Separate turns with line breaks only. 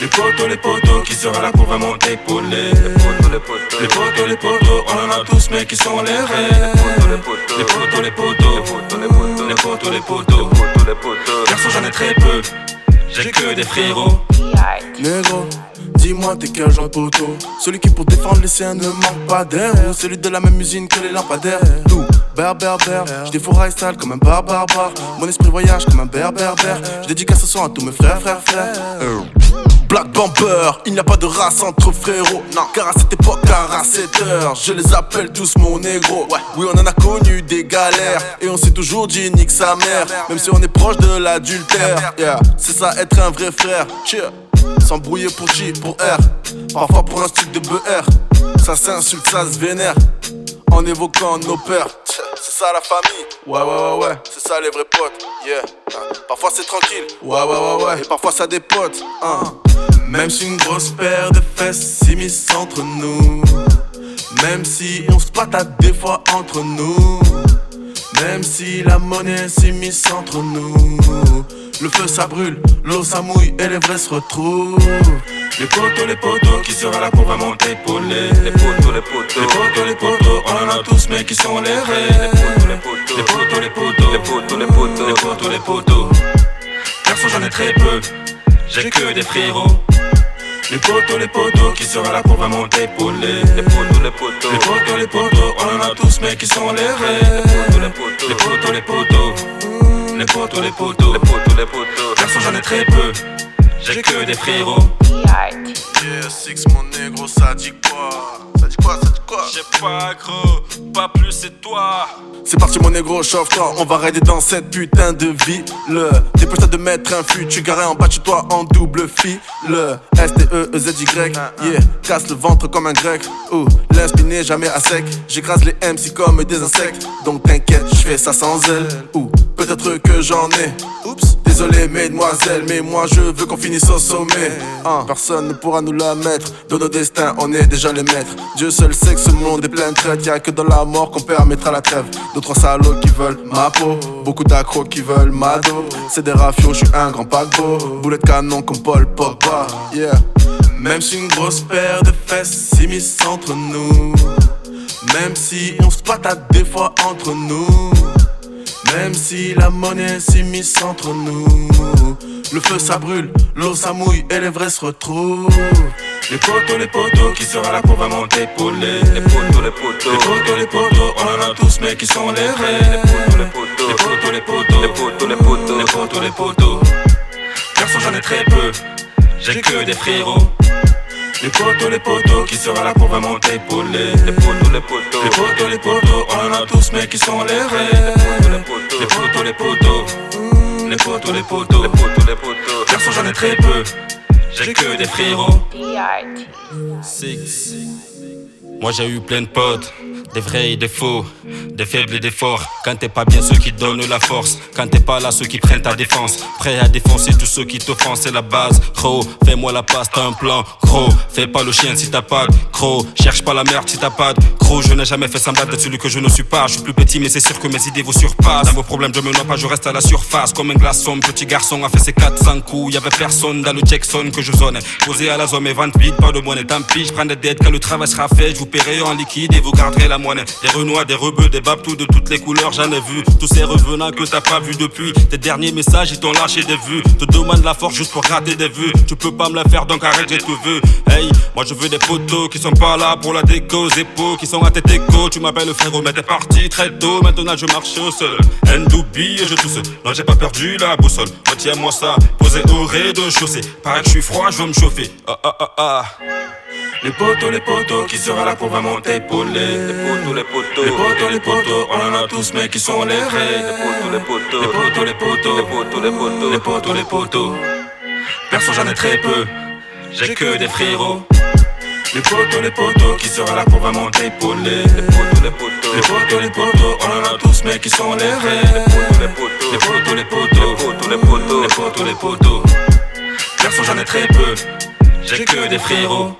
Les potos, les potos, qui sera là pour vraiment t'épauler Les potos, les potos, les potos, les potos, on en a tous mais qui sont les rêves Les potos, les potos, les potos, les potos, les potos, les potos Garçon j'en ai très peu, j'ai que des frérots
Négro, dis-moi t'es quel genre de poteau Celui qui pour défendre les siens ne manque pas d'air Celui de la même usine que les lampadaires Tout Berber, berber, je défouraille sale comme un barbare bar. Mon esprit voyage comme un berbère Je dédicace ce son à tous mes frères, frères, frères. Black Bumper, il n'y a pas de race entre frérots. Non, car à cette époque, car à cette heure, je les appelle tous mon négro. Ouais. Oui, on en a connu des galères, et on s'est toujours dit nique sa mère, même si on est proche de l'adultère. Yeah, c'est ça être un vrai frère. Cheer. S'embrouiller pour J, pour R, parfois pour un stick de BR. Ça s'insulte, ça se vénère, en évoquant nos pères. C'est ça la famille, ouais, ouais, ouais, ouais. C'est ça les vrais potes, yeah. Parfois c'est tranquille, ouais, ouais, ouais, ouais. Et parfois ça dépote, hein. Même si une grosse paire de fesses s'immisce entre nous. Même si on se patate des fois entre nous. Même si la monnaie s'immisce entre nous. Le feu ça brûle, l'eau ça mouille et les vrais se retrouvent.
Les potos, les potos, qui sera là pour vraiment t'épauler Les potos, les potos, les potos, les potos, on en a tous mais qui sont les rêves Les potos, les potos, les potos, les potos, les potos, les potos Garçon j'en ai très peu, j'ai que des frérots les potos, les potos, qui sera là pour vraiment t'épauler Les potos, les potos, les potos, les potos, on en a tous mais qui sont les rêves Les potos, les potos, les potos, les potos, les potos, les potos, les potos Garçon j'en ai très peu, j'ai que des frérots
Yeah, six mon négro, ça dit quoi Ça dit quoi, ça dit quoi
J'ai pas gros, pas plus c'est toi
C'est parti mon négro, chauffe-toi, on va raider dans cette putain de vie. Le dépêche-toi de mettre un fut, tu garé en bas tu toi en double fil. Le S T E Z Y, yeah, casse le ventre comme un grec. Oh, l'inspiné jamais à sec, j'écrase les MC comme des insectes. Donc t'inquiète, je fais ça sans zèle. Ou peut-être que j'en ai. Oups. Désolé mesdemoiselles, mais moi je veux qu'on finisse au sommet. Hein, personne ne pourra nous la mettre. De nos destins, on est déjà les maîtres. Dieu seul sait que ce monde est plein de traites. Y'a que dans la mort qu'on permettra la trêve. Deux, trois salauds qui veulent ma peau. Beaucoup d'accros qui veulent ma dos. C'est des rafios, je suis un grand paquebot. Boulet de canon comme Paul Pogba. Yeah. Même si une grosse paire de fesses s'immisce entre nous. Même si on se patate des fois entre nous. Même si la monnaie s'immisce entre nous Le feu ça brûle, l'eau ça mouille et les vrais se retrouvent
Les potos, les potos, qui sera là pour vraiment t'épauler Les potos, les potos, les potos, les potos, on en a tous mais qui sont les rêves Les potos, les potos, les potos, les potos, les potos, les potos, les potos Garçon j'en ai très peu, j'ai que des frérots les potos, les potos, qui sera là pour vraiment t'épauler Les potos, les potos, les potos, les potos, on en a tous mais qui sont les rêves Les potos, les potos, les potos, les potos, les potos, les potos Garçon j'en ai très peu, j'ai que des frérots
Six. Moi j'ai eu plein de potes, des vrais et des faux, des faibles et des forts. Quand t'es pas bien, ceux qui te donnent la force. Quand t'es pas là, ceux qui prennent ta défense. Prêt à défoncer tous ceux qui t'offensent, c'est la base. Gros, fais-moi la passe, t'as un plan. Gros, fais pas le chien si t'as pas de. Gros, cherche pas la merde si t'as pas de. Gros, je n'ai jamais fait semblant d'être celui que je ne suis pas. Je suis plus petit, mais c'est sûr que mes idées vous surpassent. Dans vos problèmes, je me noie pas, je reste à la surface. Comme un glaçon, petit garçon a fait ses 400 coups. Y avait personne dans le Jackson que je zone. Posé à la zone, mes ventes vides, pas de monnaie. Tant pis, je prends des dettes quand le travail sera fait. Je vous paierai en liquide et vous garderez la monnaie. Des renois, des rebeux, des babtous de toutes les couleurs, j'en ai vu. Tous ces revenants que t'as pas vu depuis. Tes derniers messages, ils t'ont lâché des vues. Te demande la force juste pour rater des vues. Tu peux pas me la faire, donc arrête, j'ai tout vu. Hey, moi je veux des poteaux qui sont pas là pour la déco. Zépo qui sont à tête écho. Tu m'appelles le frérot, mais t'es parti très tôt. Maintenant je marche seul. Ndoubi et je tousse. Non, j'ai pas perdu la boussole. Retiens-moi ça, posé au rez-de-chaussée. Pareil que je suis froid, je veux me chauffer. Ah ah ah ah.
Les potos, les potos, qui sera là pour vraiment t'épauler Les potos, les potos, les potos, les potos, on en a tous mais qui sont les rêves Les potos, les potos, les potos, les potos, les potos, les potos, les potos Perso j'en ai très peu, j'ai que des frérots Les potos, les potos, qui sera là pour vraiment t'épauler Les potos, les potos, les potos, les potos, on en a tous mais qui sont les rêves Les potos, les potos, les potos, les potos, les potos, les potos, les potos Perso j'en ai très peu, j'ai que des frérots